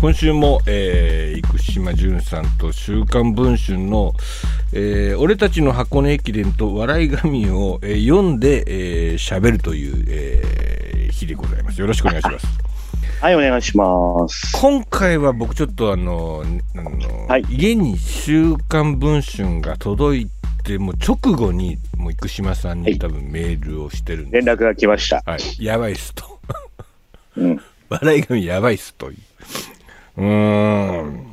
今週も、えー、生島淳さんと「週刊文春の」えー俺たちの箱根駅伝」と「笑い神を」えー読んで喋、えー、喋るという、えー日でございますよろしくお願いしますはい、お願いします。今回は僕ちょっとあのあの、はい家に「週刊文春」が届いてもう直後にもう生島さんはにい多分メールをしてるんで連す、絡が来ました。はいやばいっすと。うん。笑い髪やばいっすという。うーん。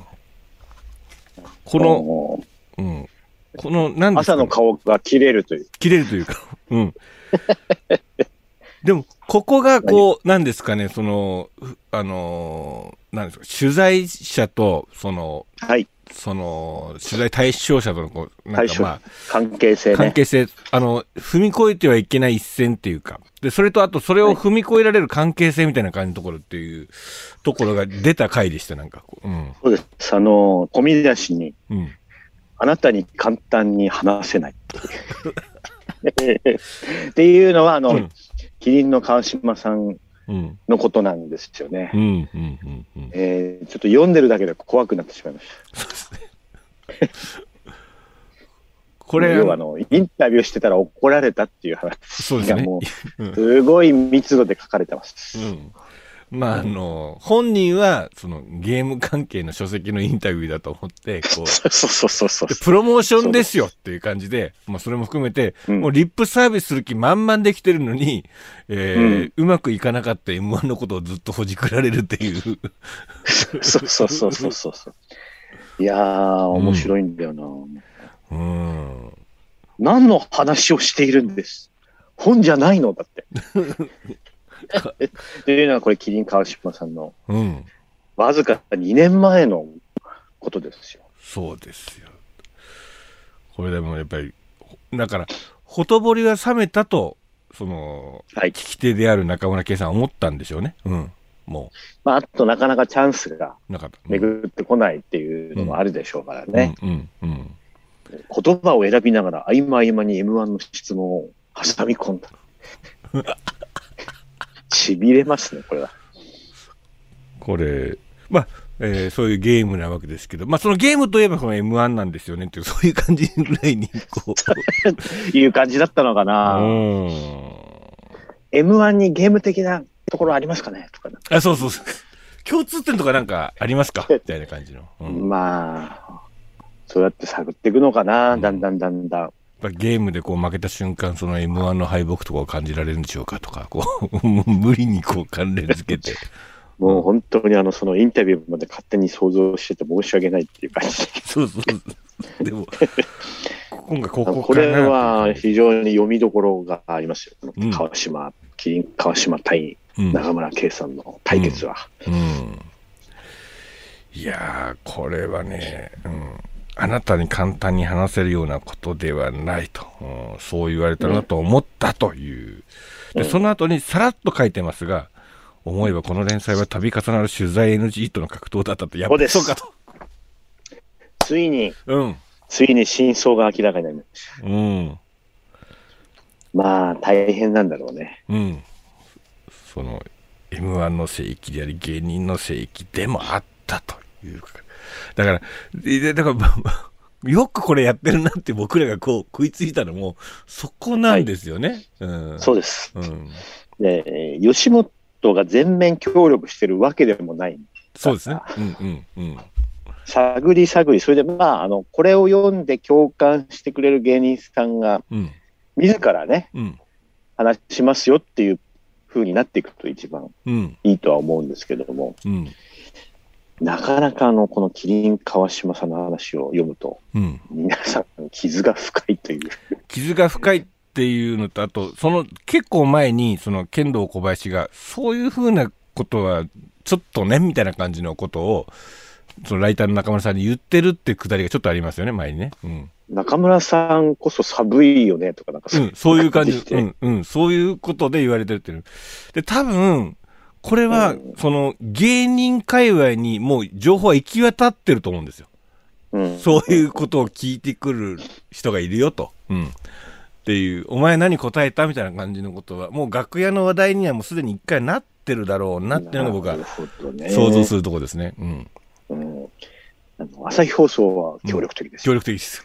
この、もううん。この、なんですか朝ねの顔が切れるという。切れるというか、うん。でも、ここが、こう、なんですかね、その、ふあのー、なんですか、取材者と、その、はい。その、取材対象者との、こう、なん対か象まあ、関係性関ね。係性、あの、踏み越えてはいけない一線っていうか、で、それとあと、それを踏み越えられる関係性みたいな感じのところっていうところが出た回でした、なんかこう。うん。そうです。あの、込み出しに、うん。あなたに簡単に話せない。 っていうのは、あの、うんキリンの川島さんうん。のことなんですよね。うん。うん。うん。うん。えーちょっと読んでるだけで怖くなってしまいました。そうですね。これ要、はあの、インタビューしてたら怒られたっていう話そうですがねも。うんう、すごい密度で書かれてます。うん。まあ、あの、本人は、その、ゲーム関係の書籍のインタビューだと思って、こう、そうそうそうそうで。プロモーションですよっていう感じで、まあ、それも含めて、うんもうリップサービスする気満々できてるのに、えーううんまくいかなかった M1 のことをずっとほじくられるっていう。そうそうそうそうそうそう。いやー、面白いんだよな、うん。何の話をしているんです。本じゃないの だって。というのはこれ、キリン川島さんのうん。わずか2年前のことですよ。そうですよ。これでもやっぱり、ほだから、ほとぼりが冷めたと、その、は聞いき手である中村圭さんは思ったんでしょうね。うん。もまあ、あとなかなかチャンスがう、なかった。巡ってこないっていうのもあるでしょうからうんね。うんうん。言葉を選びながら、合間合間に M1 の質問を挟み込んだ。しびれますね、これは。これ、まあ、えーそういうゲームなわけですけど、まあ、そのゲームといえばこの M1 なんですよねっていう、そういう感じぐらいに、こ う。いう感じだったのかな。うん。 M1 にゲーム的なところありますかねとかね、あ、そうそうそう。共通点とかなんかありますかみたいな感じの。うん。やっまあ、そうやって探っていくのかな、うんだんだんだんだん。ぱゲームでこう負けた瞬間、その M1 の敗北とかを感じられるんでしょうかとか、こう、 もう無理にこう関連づけて。 もう本当にあの、そのインタビューまで勝手に想像してて申し訳ないっていう感じ。そうそうそう。で も、今回ここかなこれは非常に読みどころがありますよ。こうんの川島、キリン川島対うん中村圭さんの対決は。うんいやー、これはね、うん、あなたに簡単に話せるようなことではないと、うんそう言われたなと思ったという、でその後にさらっと書いてますが、思えばこの連載は度重なる取材 NG との格闘だったと、やっぱそうりですそうかと。ついに、うん、ついに真相が明らかになりましうん、た。まあ、大変なんだろうね。うん。その、M1 の聖域であり、芸人の聖域でもあったというか。だから、でだから まあ、よくこれやってるなって僕らがこう食いついたのも、そこなんですよね。うん。そうです。うん。で、えー吉本が全面協力してるわけでもない。そうですね。うんうんうん。探り探り、それでまあ、あの、これを読んで共感してくれる芸人さんが、うん。自らね、うん。話しますよっていう風になっていくと一番うん。いいとは思うんですけども、うん。なかなかあの、このキリン川島さんの話を読むと、うん。皆さん傷が深いという。傷が深いっていうのと、あと、その結構前に、その剣道小林が、そういうふうなことは、ちょっとね、みたいな感じのことを、そのライターの中村さんに言ってるってくだりがちょっとありますよね、前にね。うん。中村さんこそ寒いよねとか、なんかうん、そういう感じ。してうん、うん、そういうことで言われてるっていう。で、多分、これはう、その、芸人界隈にもう情報は行き渡ってると思うんですよ。うんそういうことを聞いてくる人がいるよと。うん。っていう、お前何答えたみたいな感じのことは、もう楽屋の話題にはもうすでに一回なっってるだろうなっていうのが僕はなるほどね想像するとこですね。うん。うんあの朝日放送は協力的です協よ。力的 です。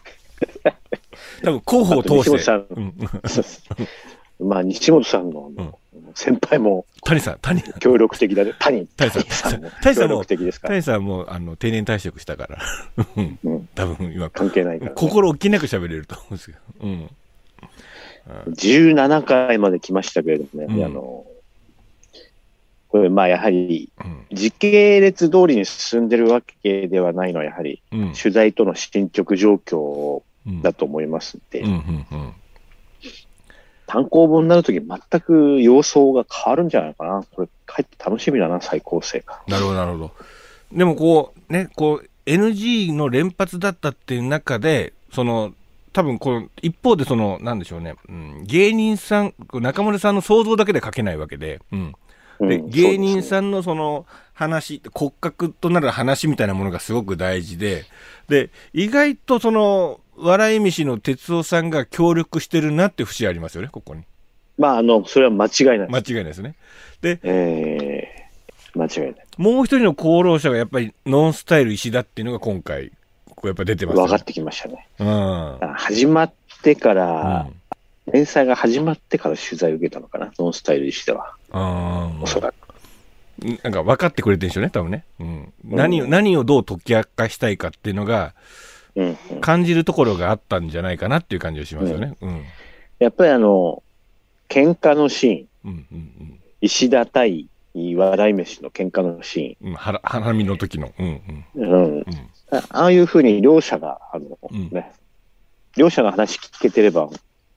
多分候補を通あと西本して、さんうん、そうです まあ、西本さんのあの先輩も谷さん、谷、協力的だね。 谷谷さんも谷さ協んも力的ですから。谷さんもあの定年退職したから、うんうん多分今、関係ないから、ね。心置きなく喋れると思うんですけど、うん。 17回まで来ましたけれどもね、うんあのこれ、まあやはりうん時系列通りに進んでるわけではないのは、やはりうん。取材との進捗状況うんだと思いますんで、うんうんうん。単行本になるとき、全く様相が変わるんじゃないかな、これ、帰って楽しみだな、最高生が。なるほど、なるほど。でもこう、ね、こう、NG の連発だったっていう中で、その、多分こう、一方でその、なんでしょうね、うん、芸人さん、こう中村さんの想像だけで書けないわけで、うん。で、うん芸人そうさんのその話、骨格となる話みたいなものがすごく大事で、で、意外とその、笑い飯の哲夫さんが協力してるなって節ありますよね、ここに。ですねまあ、あの、それは間違いない。間違いないですね。えー間違いない。もう一人の功労者がやっぱりノンスタイル石田っていうのが今回、こうやっぱ出てますよ分ねかってきましたね。うん。あ始まってから、うん連載が始まってから取材を受けたのかな、ノンスタイル石では、あーおそらく。なんか分かってくれてるんでしょうね、多分ね。うん。何を、うん何をどう解き明かしたいかっていうのが、うんうん感じるところがあったんじゃないかなっていう感じがしますよね。うん。やっぱりあの、喧嘩のシーうン、ん、うん、石田対笑い飯の喧嘩のシうん。うん、はら花見の時の。うん、うん、ーン、うん、うん。あああいうふうに両者が、あの、うんね、両者の話聞けてれば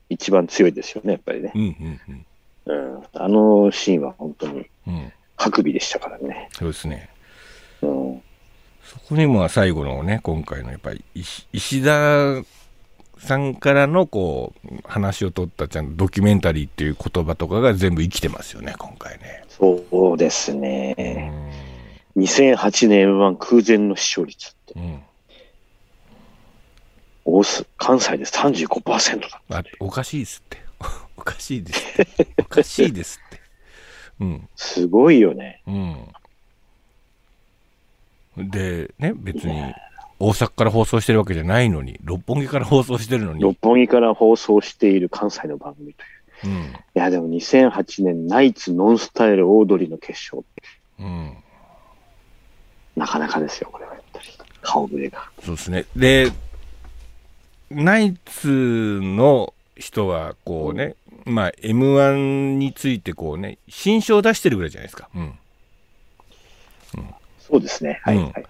一番強いですよね、やっぱりね。うん、うん、うん。うん、あのシーンは本当にうん。白尾でしたからね。そうですね。うん、そこにも最後のね、今回のやっぱり石石田さんからのこう、話を取ったちゃんとドキュメンタリーっていう言葉とかが全部生きてますよね、今回ね。そうですね。2008年 M1 空前の視聴率って。うん。うん。大須関西で35%だったあおかしいっすって。 おかしいですって。 おかしいですって。うん。すごいよね。うん。で、ね、別に、大阪から放送してるわけじゃないのに、六本木から放送してるのに。六本木から放送している関西の番組というう。ん。いや、でも2008年、ナイツ、ノンスタイル、オードリーの決勝。うん。なかなかですよ、これはやっぱり。顔ぶれが。そうですね。で、ナイツの人は、こうね、まあ、M1 についてこうね、新書を出してるぐらいじゃないですか。うん。そうですね。はい、うんはい。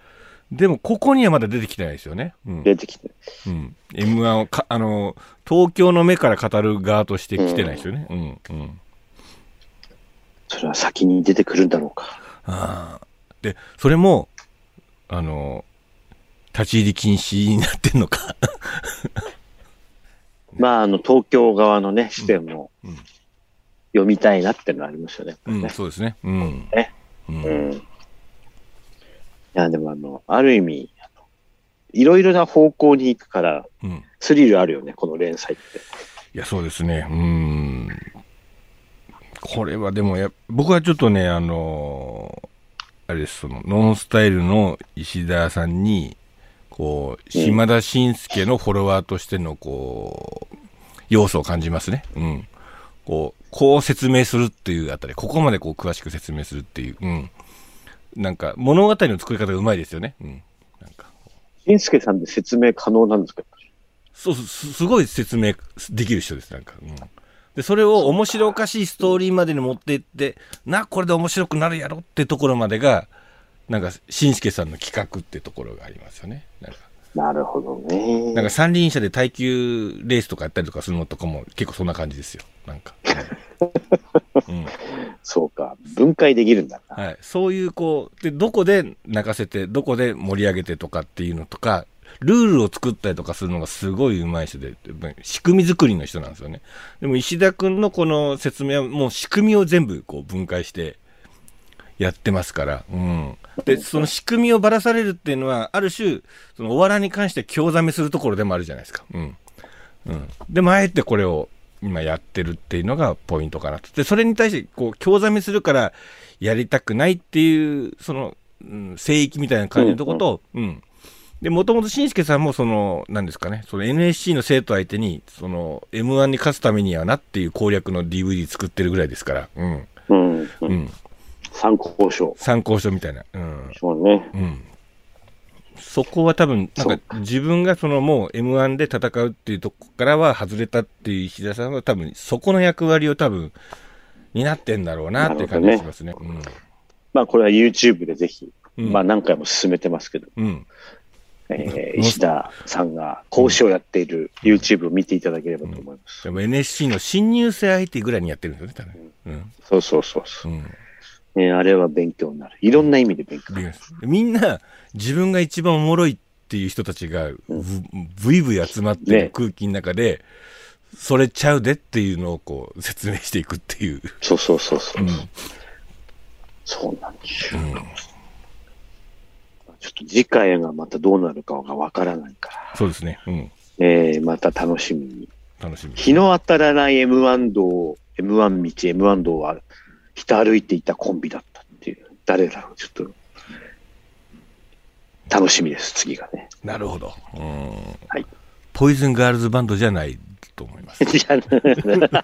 でも、ここにはまだ出てきてないですよね。うん。出てきて。うん、M1 をかあの東京の目から語る側として来てないですよね。うんうんそれは先に出てくるんだろうか。あーでそれもあの立ち入り禁止になってんのか。まあ、あの、東京側のね、視点もうんうん読みたいなってのはありますよね。うん、ねそうですね。うんね。うんうん。いや、でも、あの、ある意味、あのいろいろな方向に行くから、うん、スリルあるよね、この連載って。いや、そうですね。うん。これはでもや、僕はちょっとね、あのあれです、その、ノンスタイルの石田さんに、こう、島田紳介のフォロワーとしての、こう、要素を感じますね。うん。こう、こう説明するっていうあたり、ここまでこう詳しく説明するっていう、うん。なんか、物語の作り方がうまいですよね。うん。なんか、しんすけさんで説明可能なんですかそうそうす、すごい説明できる人です、なんか。うん、で、それを面白おかしいストーリーまでに持っていって、な、これで面白くなるやろってところまでが、なんか、しんすけさんの企画ってところがありますよね。なんか、なるほどね。なんか三輪車で耐久レースとかやったりとかするのとかも結構そんな感じですよ。なんか。うんうんそうか。分解できるんだな。はい、そういうこうでどこで泣かせてどこで盛り上げてとかっていうのとかルールを作ったりとかするのがすごい上手い人で仕組み作りの人なんですよねでも石田君のこの説明はもう仕組みを全部こう分解してやってますから、うん、でその仕組みをばらされるっていうのはある種そのお笑いに関して興ざめするところでもあるじゃないですか、うんうん、でもあえてこれを今やってるっていうのがポイントかなと。で、それに対して、こう、興ざめするからやりたくないっていう、その、うん、聖域みたいな感じのとこと、うん、で、もともと紳助さんも、その、なんですかね、その NSC の生徒相手に、その、M1 に勝つためにはなっていう攻略の DVD 作ってるぐらいですから、うん、うん。ううんん、参考書。参考書みたいな。うん。そうね。うん、そこは多分なそんうか自分がそのもう m 1で戦うっていうとこからは外れたっていう石田さんは多分そこの役割を多分担ってんだろうなっていう感じがしますね。まあ、これは YouTube でぜひ、うんまあ、何回も進めてますけど、うんうんえうーん石田さんが講師をやっている YouTube を見ていただければと思います。でも NSC の新入生相手ぐらいにやってるんですよね、多分。そうそうそうそうんうんう、ね。あれは勉強になる。いろんな意味で勉強できますみんな自分が一番おもろいっていう人たちがブブイブイ集まってるね空気の中で、それちゃうでっていうのをこう説明していくっていう。そうそうそうそう。うんそうなんですよ。うんちょっと次回がまたどうなるかがわからないかそうですね。うん。ら、えーまた楽しみに。楽しみ。日の当たらない M1 道、M1 道、M1 道は、ひた歩いていたコンビだったっていう、誰だろう、ちょっと、楽しみです、次が ね。なるほど。うん。はいポイズンガールズバンドじゃないと思い ます。じゃあ、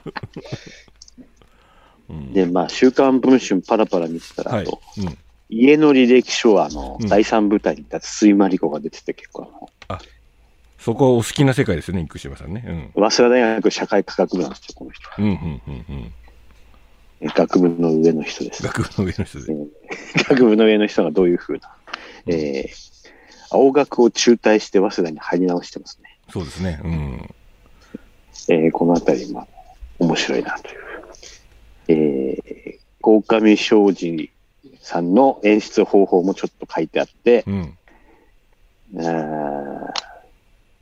うん。で、まあ、週刊文春パラパラ見てたら、はあいと、。うん。家の履歴書は、あの、うん第三舞台に立つ水まり子が出てて、結構、あの、そこお好きな世界ですよね、生島さんね。早稲田大学社会科学部なんですよ、この人は。うん。うん、うん、うん、うん。え学部の上の人です。学部の上の人で。 学部の上の人がどういうふうな、えー、青学を中退して早稲田に入り直してますね。そうですね。うん。えーこのあたり、まあ、面白いなという。えー、鴻上庄司さんの演出方法もちょっと書いてあって、うん。あー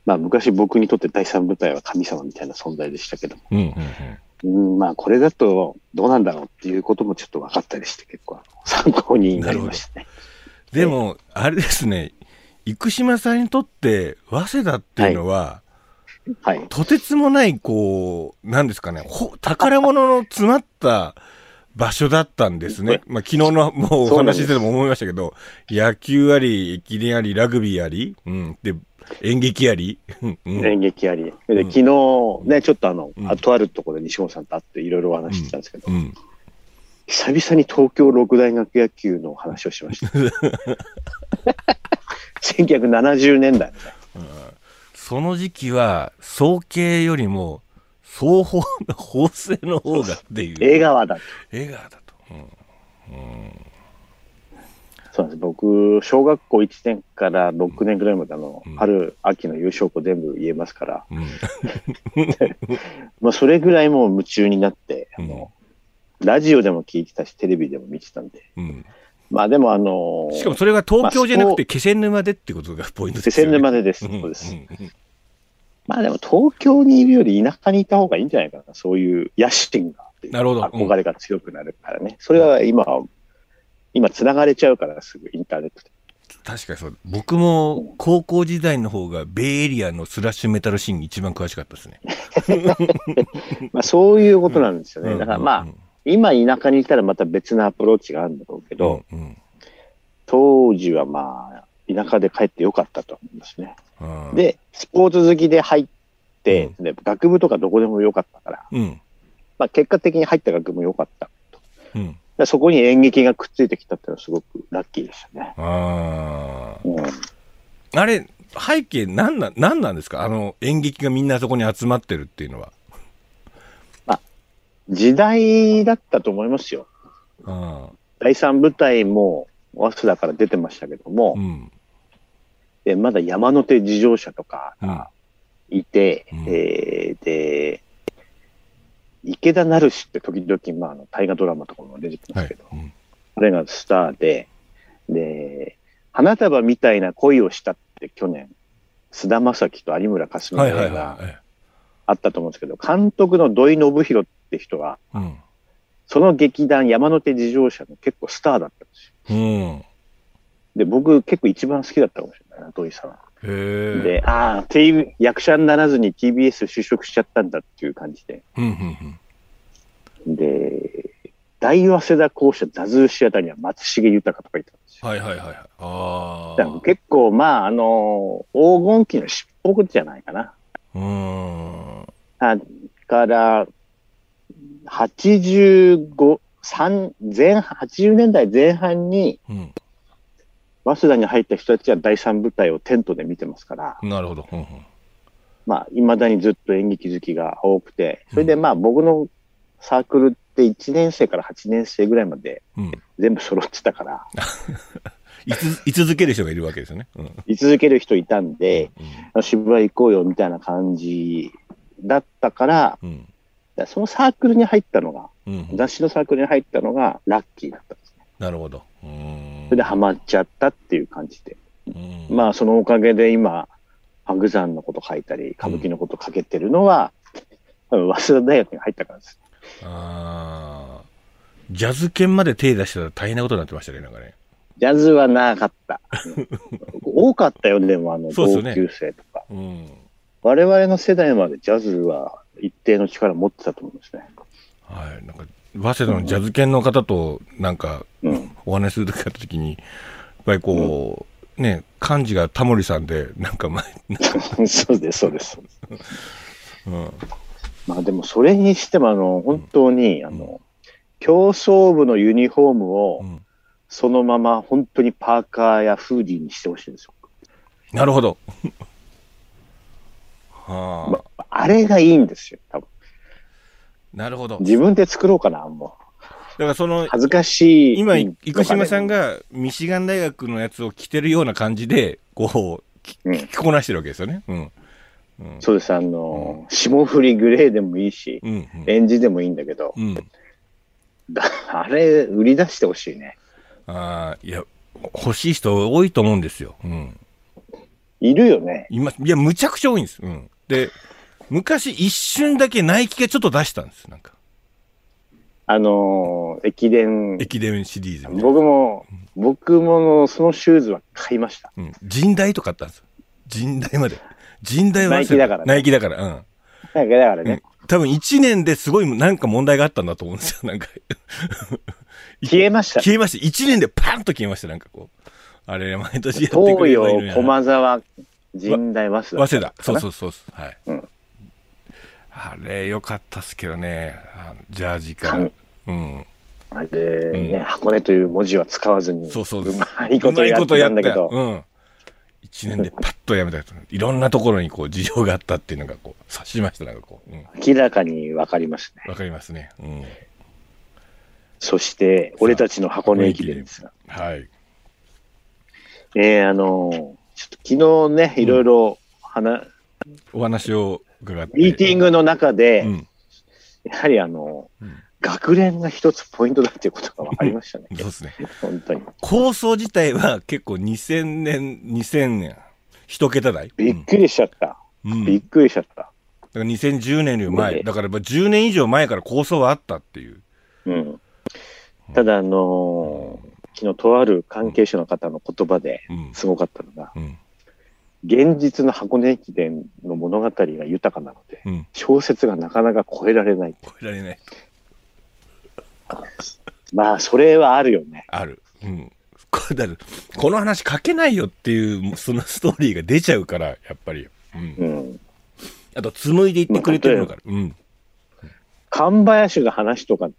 まあ、昔僕にとって第三舞台は神様みたいな存在でしたけども、うん、うん、うん。うん、まあ、これだとどうなんだろうっていうこともちょっと分かったりして、結構あの参考になりましたね。でも、あれですね、生島さんにとって、早稲田っていうのは、はい。とてつもない、こう、なんですかね、ほ宝物の詰まった場所だったんですね。まあ、昨日の もうおそうなん話でしすしてても思いましたけど、野球あり、駅伝あり、ラグビーあり、うん、で、演劇あり、うん、うん演劇あり。んで、昨日ね、ちょっとあの、うんあとあるところで西本さんと会っていろいろお話ししてたんですけど、うん。久々に東京六大学野球の話をしました。1970年代。その時期は、総計よりも、双方の法制の方がっていう。映画はだ。映画だと。うんそうなんです。僕、小学校1年から6年ぐらいまであの、うん春、秋の優勝校全部言えますから、うん。まあ、それぐらいもう夢中になって、あの、ラジオでも聞いてたし、テレビでも見てたんで。うん。まあでもあのしかもそれが東京じゃなくて、ま気仙沼でってことがポイントで気すよ仙ね。沼でです。うんそうです。うんまあでも東京にいるより田舎にいた方がいいんじゃないかな。そういう野心があって。なるほどうん憧れが強くなるからね。それは今は、今繋がれちゃうからすぐインターネットで。確かにそう。僕も高校時代の方がベイエリアのスラッシュメタルシーンに一番詳しかったですね。まあそういうことなんですよね。だからまうあん、今田舎にいたらまた別のアプローチがあるんだろうけど、うんうん当時はまあ、田舎で帰ってよかったと思いますね。うんで、スポーツ好きで入って、で学部とかどこでもよかったから、うん。まあ結果的に入った学部もよかったと。うん。でそこに演劇がくっついてきたっていうのはすごくラッキーでしたね。あうんーあれ、背景なんな、なんなんですかあの演劇がみんなあそこに集まってるっていうのは。時代だったと思いますよ。あ第三舞台も早稲田から出てましたけども、ーうん。でまだ山手自乗車とかがいて、うんえーで、池田成志って時々、まあ、あの大河ドラマとかも出てきまはすけいど、。うんこれがスターで、で、花束みたいな恋をしたって去年、菅田将暉と有村架純のはいは映いは画いはい。あったと思うんですけど、監督の土井信弘って人が、うん。その劇団山手自乗車の結構スターだったんですよ。うん。で、僕結構一番好きだったかもしれないな、土井さんは。へえ。で、ああ、TV 役者にならずに TBS 就職しちゃったんだっていう感じで。うんうんで、大早稲田校舎ザズーシアターには松重豊とかいたんですよ。うん。はいはいはいはい。あだからあ。結構、まあ、あの、黄金期の尻尾じゃないかな。うーん。だから、85、3前半、80年代前半に、うん。早稲田に入った人たちは第三舞台をテントで見てますから、なるほど。うんうん。まあ、未だにずっと演劇好きが多くて、それでまあ、僕のサークルって1年生から8年生ぐらいまでうん、全部揃ってたから、いつい続ける人がいるわけですよね。うんうん居続ける人いたんで、渋谷行こうよみたいな感じだったから、うんそのサークルに入ったのが、うんうん雑誌のサークルに入ったのがラッキーだったんですね。なるほど。うーんそれでハマっちゃったっていう感じで。うんまあ、そのおかげで今、ハグザンのこと書いたり、歌舞伎のこと書けてるのは、多分早稲田大学に入ったからです。あージャズ犬まで手出してたら大変なことになってましたね、なんかね。ジャズはな かった。多かったよ、でも、あの、そうですよ同ね級生とか。うん。我々の世代までジャズは一定の力持ってたと思うんですね。 はい。なんか、早稲田のジャズ犬の方と、なんか、うん。お話しする時あった時に、やっぱりこう、ね、漢字がタモリさんで、なんか前、そうです、そうです。うん。まあでもそれにしてもあの本当にあの競争部のユニフォームうをんそのまま本当にパーカーやフーディーにしてほしいんですよ。なるほど。はあ、あれがいいんですよ、多分。なるほど。だ自分で作ろうかな、もう。からその、恥ずかしい。今、うん生島さん、がミシガン大学のやつを着てるような感じで、こう、きうん着こなしてるわけですよね。うん。うん。そうです、あの、霜降りグレーでもいいし、うんうんレンジでもいいんだけど、うん。だあれ、売り出してほしいね。ああ、いや、欲しい人多いと思うんですよ。うん。いるよね。今、いや、むちゃくちゃ多いんです。うん。で、昔一瞬だけナイキがちょっと出したんです。なんか、あの、駅伝。駅伝シリーズみたいな。僕も、僕ものそのシューズは買いました。うん。人大とかあったんですよ。人大まで。人大はナイキだからねナイキだから。うん。だからね、多分1年ですごいなんか問題があったんだと思うんですよ。なんか、消えましたね消えました。1年でパンと消えました。なんかこう。あれ、毎年やってくれ東ればいいのに洋、な駒沢、神大、早稲早田。稲田。そうそうそうそう。はい。うんあれ、よかったっすけどね。あジャージかうらん。うん。あれで、ねうん箱根という文字は使わずに、そうそうまいことやってたんだけうまいことやっど、たようん。一年でパッとやめたと。いろんなところにこう事情があったっていうのがこう、察しました。なんかこう。うん。明らかに分かりますね。わかりますね。うん。そして、俺たちの箱根駅伝ですが。はい。えー、あのーちょっと昨日ね、いろいろ話、お話を伺って。ミーティングの中で、うん。やはりあのーうん学連が一つポイントだということが分かりましたね。そうですね。本当に。構想自体は結構2000年、2000年、一桁台。びっくりしちゃった。うん。うびんっくりしちゃった。だから2010年より前、ねだからやっぱ10年以上前から構想はあったっていう。うん。ただ、あのー昨日とある関係者の方の言葉でうん。すごかったのが、うん。現実の箱根駅伝の物語が豊かなので、うん。小説がなかなか超えられない。超えられない。まあ、それはあるよね。ある。うん。これだからこの話書けないよっていう、そのストーリーが出ちゃうから、やっぱり。うん。うん。あと、紡いでいってくれてるのから。うん。神林の話とか、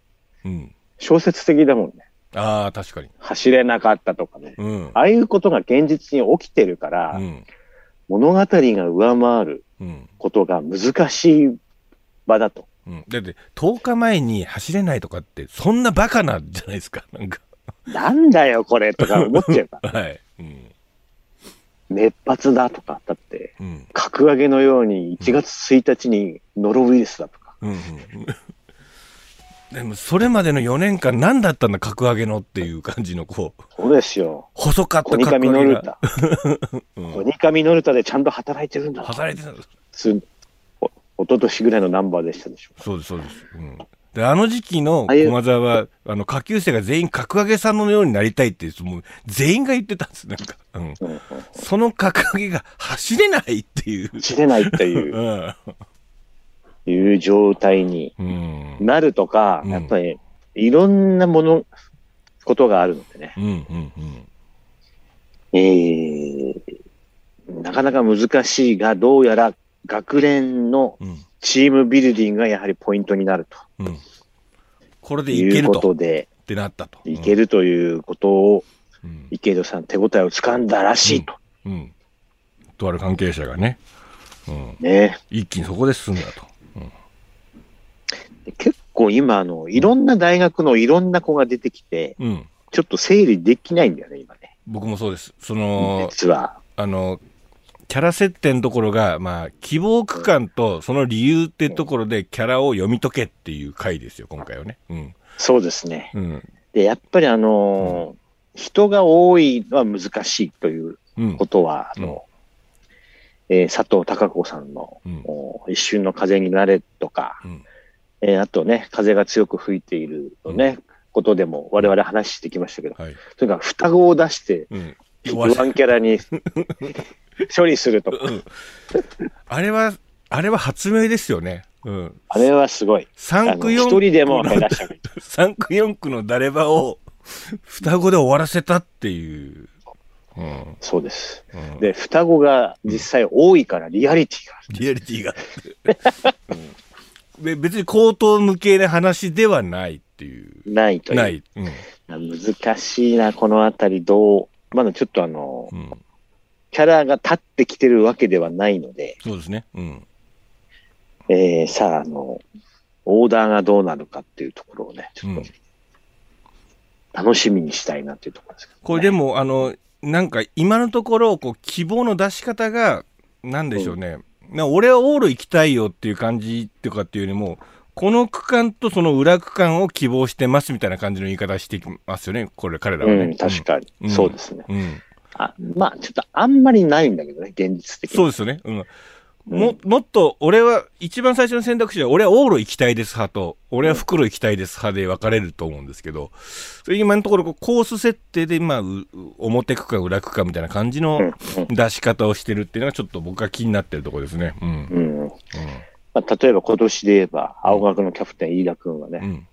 うん。小説的だもんね。ああ、確かに。走れなかったとかね。うん。ああいうことが現実に起きてるから、うん。物語が上回るうん。ことが難しい場だと。うん、だって10日前に走れないとかってそんなバカなんじゃないですかなんかなんだよ、これとか思っちゃ うから。はいうん熱発だとか、だって、うん格上げのように1月1日にノロウイルスだとか。うんうんでもそれまでの4年間何だったんだ格上げのっていう感じのこうそうですよ。細かったコ格ニカミ上ノげルがタ。コニカミノルタでちゃんと働いてるんだ。働いてたつお一昨年ぐらいのナンバーでしたでしょ。そうですそうです、うん、であの時期の駒沢は、あの下級生が全員格上げさんのようになりたいってもう全員が言ってたんですなんか、うん、うん うんその格上げが走れないっていう、知れないというう、んいう状態にうんうんなるとか、うんやっぱり、いろんなもの、ことがあるのでね、うんえーなかなか難しいが、どうやら学連のうんうんチームビルディングがやはりポイントになるうんこれとでいいけうることっとで、てなったと。いけるということを、うん池戸さん手応えをつかんだらしいと。うん、とある関係者がね、うん、ね、一気にそこで進んだと。で結構今あの、いろんな大学のいろんな子が出てきて、うん、ちょっと整理できないんだよね、今ね。僕もそうです。その、実は。あの、キャラ設定のところが、まあ、希望区間とその理由ってところでキャラを読み解けっていう回ですよ、今回はね。うん。そうですね。うん。で、やっぱりあのー人が多いのは難しいといううんこ。とは、あの、えー佐藤孝子さんの、うん。お一瞬の風になれとか、うんえーあとね、風が強く吹いているのね、ことでも我々話してきましたけど、はい。とにかく双子を出して、うん。ワンキャラに処理するとか、うん。あれは、あれは発明ですよね。うん。あれはすごい。あ3区の4一区人でも減らした方がいい。 3区4区の誰ばを双子で終わらせたっていう。うん。そうです。うん、で、双子が実際多いからリアリティがある。リアリテ ィが。うん、で別に口頭無形な話ではないっていう。ないという。ない。うん。難しいな、このあたりどう、まだちょっとあの、うん。キャラが立ってきてるわけではないので、そうですね。うん。えー、さあ、あの、オーダーがどうなるかっていうところをね、ちょっうんと、楽しみにしたいなっていうところですけど、ね。これでも、あの、なんか今のところ、こう、希望の出し方が、なんでしょうね。な俺はオール行きたいよっていう感じとかっていうよりも、この区間とその裏区間を希望してますみたいな感じの言い方してきますよね、これ、彼らはね。うん、確かに、うんそうですね。に。うん。あまあ、ちょっとあんまりないんだけどね、現実的に。そうですよね。うん。うんも、もっと、俺は、一番最初の選択肢は、俺は往路行きたいです派と、俺は袋行きたいです派で分かれると思うんですけど、それ今のところ、こうコース設定で、まあ、う表区か裏区かみたいな感じうんの出し方をしてるっていうのが、ちょっと僕が気になってるところですね。うん。うんうんまあ、例えば今年で言えば、青学のキャプテン、飯田君はうね、ん。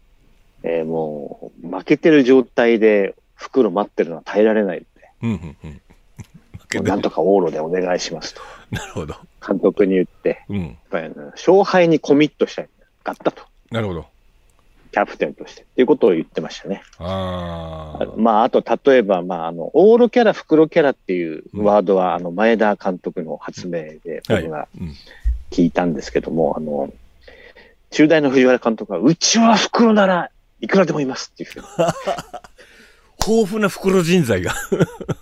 えーもう、負けてる状態で、袋待ってるのは耐えられないので、うん。うん。うん。けもうどなんとか往路でお願いしますと、 なるほど。監督に言って、うん。やっぱりあの勝敗にコミットしたいかったと、なるほど。キャプテンとして、っていうことを言ってましたね。ああ。まあ、あと、例えば、まあ、あの、オーロキャラ、袋キャラっていうワードは、あの、前田監督の発明で、はい僕がうん聞いたんですけども、あの、中大の藤原監督は、うちは袋ならいくらでもいますっていうふうに。豊富な袋人材が。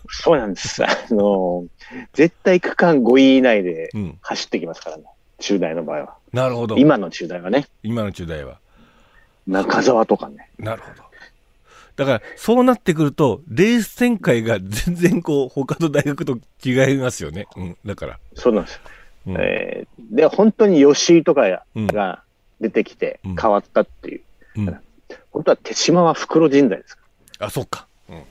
そうなんで す。あの、絶対区間5位以内でうん。走ってきますからね。中大の場合は。なるほど。今の中大はね、今の中大は。中澤とかね。なるほど。だから、そうなってくると、レース展開が全然こう、他の大学と違いますよね。うん。だから。そうなんです。うん。えーで、本当に吉井とかうんが出てきてうん変わったっていう。うん本当は手島は袋神代ですから。あ、そっか。うん。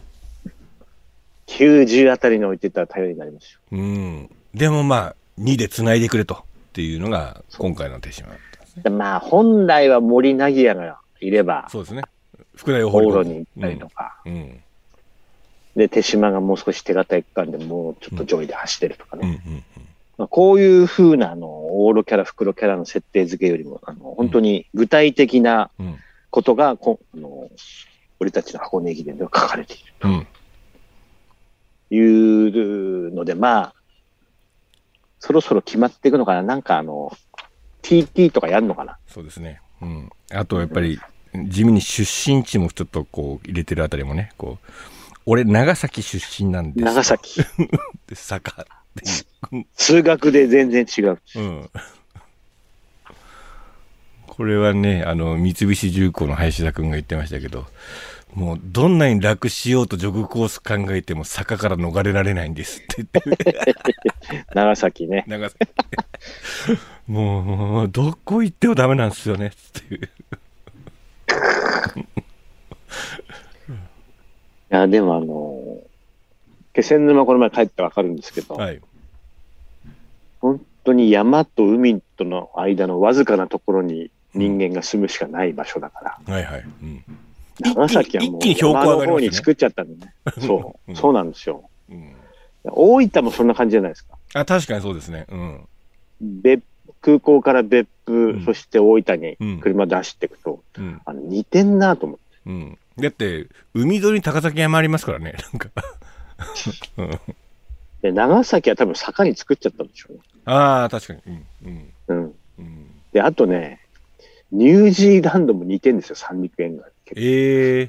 90あたりに置いてったら頼りになりますよ。うん。でもまあ、2で繋いでくれと。っていうのが、今回の手島。でまあ、本来は森凪也がいれば、そうですね。福大を往掘路に行ったりとか、うん。うん。で、手島がもう少し手堅い区間でもうちょっと上位で走ってるとかね。うん。うん。まあ、こういう風な、あの、オールキャラ、袋キャラの設定付けよりも、あの、本当に具体的なうん。ことが、こあの、俺たちの箱根駅伝では書かれているうん。というので、まあ、そろそろ決まっていくのかな。なんかあの、TT とかやるのかな。そうですね。うん。あと、やっぱり、地味に出身地もちょっとこう、入れてるあたりもね、こう、俺、長崎出身なんです。長崎。 で坂っていう。数学で全然違う。うん。 これはね、あの、三菱重工の林田君が言ってましたけど、もう、どんなに楽しようとジョグコース考えても坂から逃れられないんですって言って、長崎ね。長崎。もう、もうどこ行ってもダメなんですよねっていう。や、でもあの、気仙沼この前帰ってわかるんですけど、はい。本当に山と海との間のわずかなところに人間が住むしかない場所だから、はいはい。うん。長崎はもう一気に標高山上がりのま方すねに作っちゃったんでね。そうう、んそうなんですよ。うん、大分もそんな感じじゃないですか。あ、確かにそうですね。うん。別空港から別府、うんそして大分うんに車出していくと、うん。あの似てんなと思って。うん。だって、海沿いに高崎山ありますからね。なんか。で長崎は多分坂に作っちゃったんでしょうね。ああ、確かに。うん。うん。うん。うん、で、あとね、ニュージーランドも似てんですよ、三陸沿岸。ええー。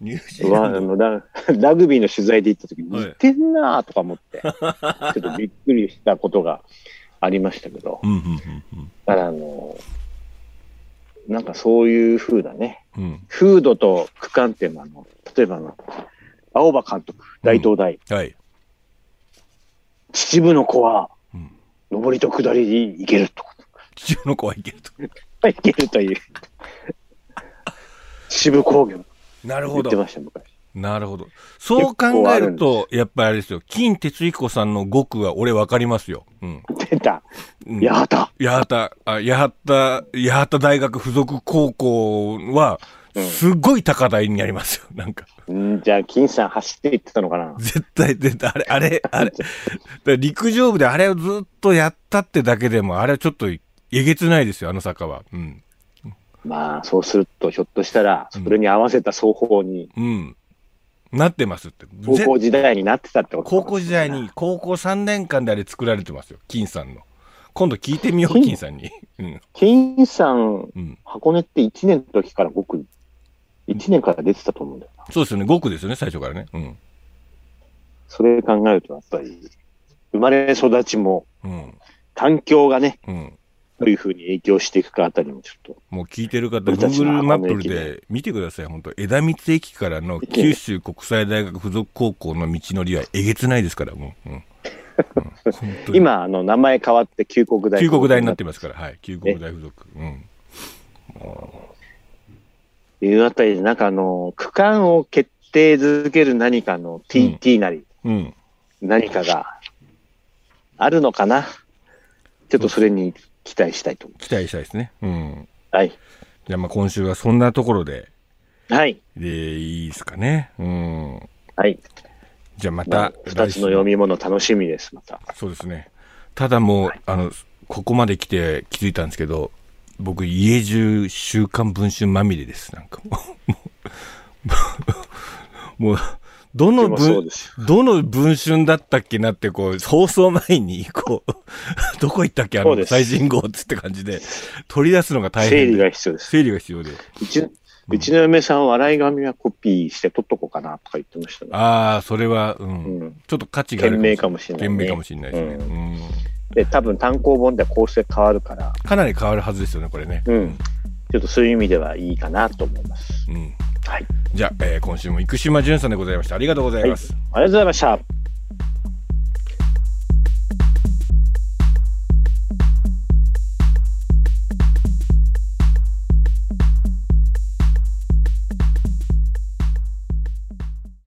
ニュージーわラあンド。のラ ラグビーの取材で行った時はい似てんなとか 思って、ちょっとびっくりしたことがありましたけどう、んうんうんだからあの、なんかそういう風なね、うん。うん。風土と区間っていうのはあの、例えばあの、青葉監督、大東大、はい。秩父の子はうん。上りと下りに行けると。父の子はいけると。行けるという。秩父工業なる言ほってど。ました、昔。なるほど。そう考えると、やっぱりあれですよ。金哲彦さんの語句は俺わかりますよ。うん。出た。うん、八幡。八幡、あ八幡、八幡大学附属高校は、うんすごい高台にありますよ。なんか、うん、じゃあ、金さん走って行ってたのかな。絶対、絶対、あれ、あれ、あれ、だから陸上部であれをずっとやったってだけでも、あれはちょっとえげつないですよ、あの坂は。うん。まあ、そうすると、ひょっとしたら、うんそれに合わせた双方に、うん。なってますって。高校ぜ時代になってたってこと高校時代に、高校3年間であれ作られてますよ、金さんの。今度聞いてみよう、金金さんに。うん。金さん、うん。箱根って1年の時から僕、1年から出てたと思うんだよな。そうですよね、5区ですよね、最初からね。うん。それ考えると、やっぱり、生まれ育ちも、うん。環境がね、うん。どういうふうに影響していくかあたりもちょっと、もう聞いてる方、俺たち Google のマ箱根ップ駅伝で見てください、本当、枝道駅からの九州国際大学附属高校の道のりはえげつないですから、もう、うんうん、本当に、今、あの、名前変わって、旧国大。九国大になってますから、はい、九国大附属、うん、いうあたりで、なんかあの、区間を決定づける何かの TT なり、うん、何かがあるのかな。ちょっとそれに期待したいと思期待したいですね。うん、う。はい。じゃあ、まあ今週はそんなところで、はい。でいいですかね。うん、はい。じゃあ、ままたあ、二来つ週の読み物楽しみです、また。そうですね。ただもう、あの、ここまで来て気づいたんですけど、僕、家中、週刊文春まみれです。なんかもう、もう、もうどでのもそう文で、す。どの文春だったっけなって、こう、放送前に、こう、どこ行ったっけあそうの、です最新号っつって感じで、取り出すのが大整変理で。が必要です。整理が必要で。うちうちの嫁さんは洗い紙はコピーして取っとこうかなとか言ってましたね。ああ、それは、う。うんん。ちょっと価値があ懸る命かもしれない、懸ね。命かもしれないですね。うん。で、多分単行本では構成変わるから、かなり変わるはずですよね、これね。うん。ちょっとそういう意味ではいいかなと思います。うん。はい。じゃあ、えー今週も生島淳さんでございました。ありがとうございます。ありがとうございました。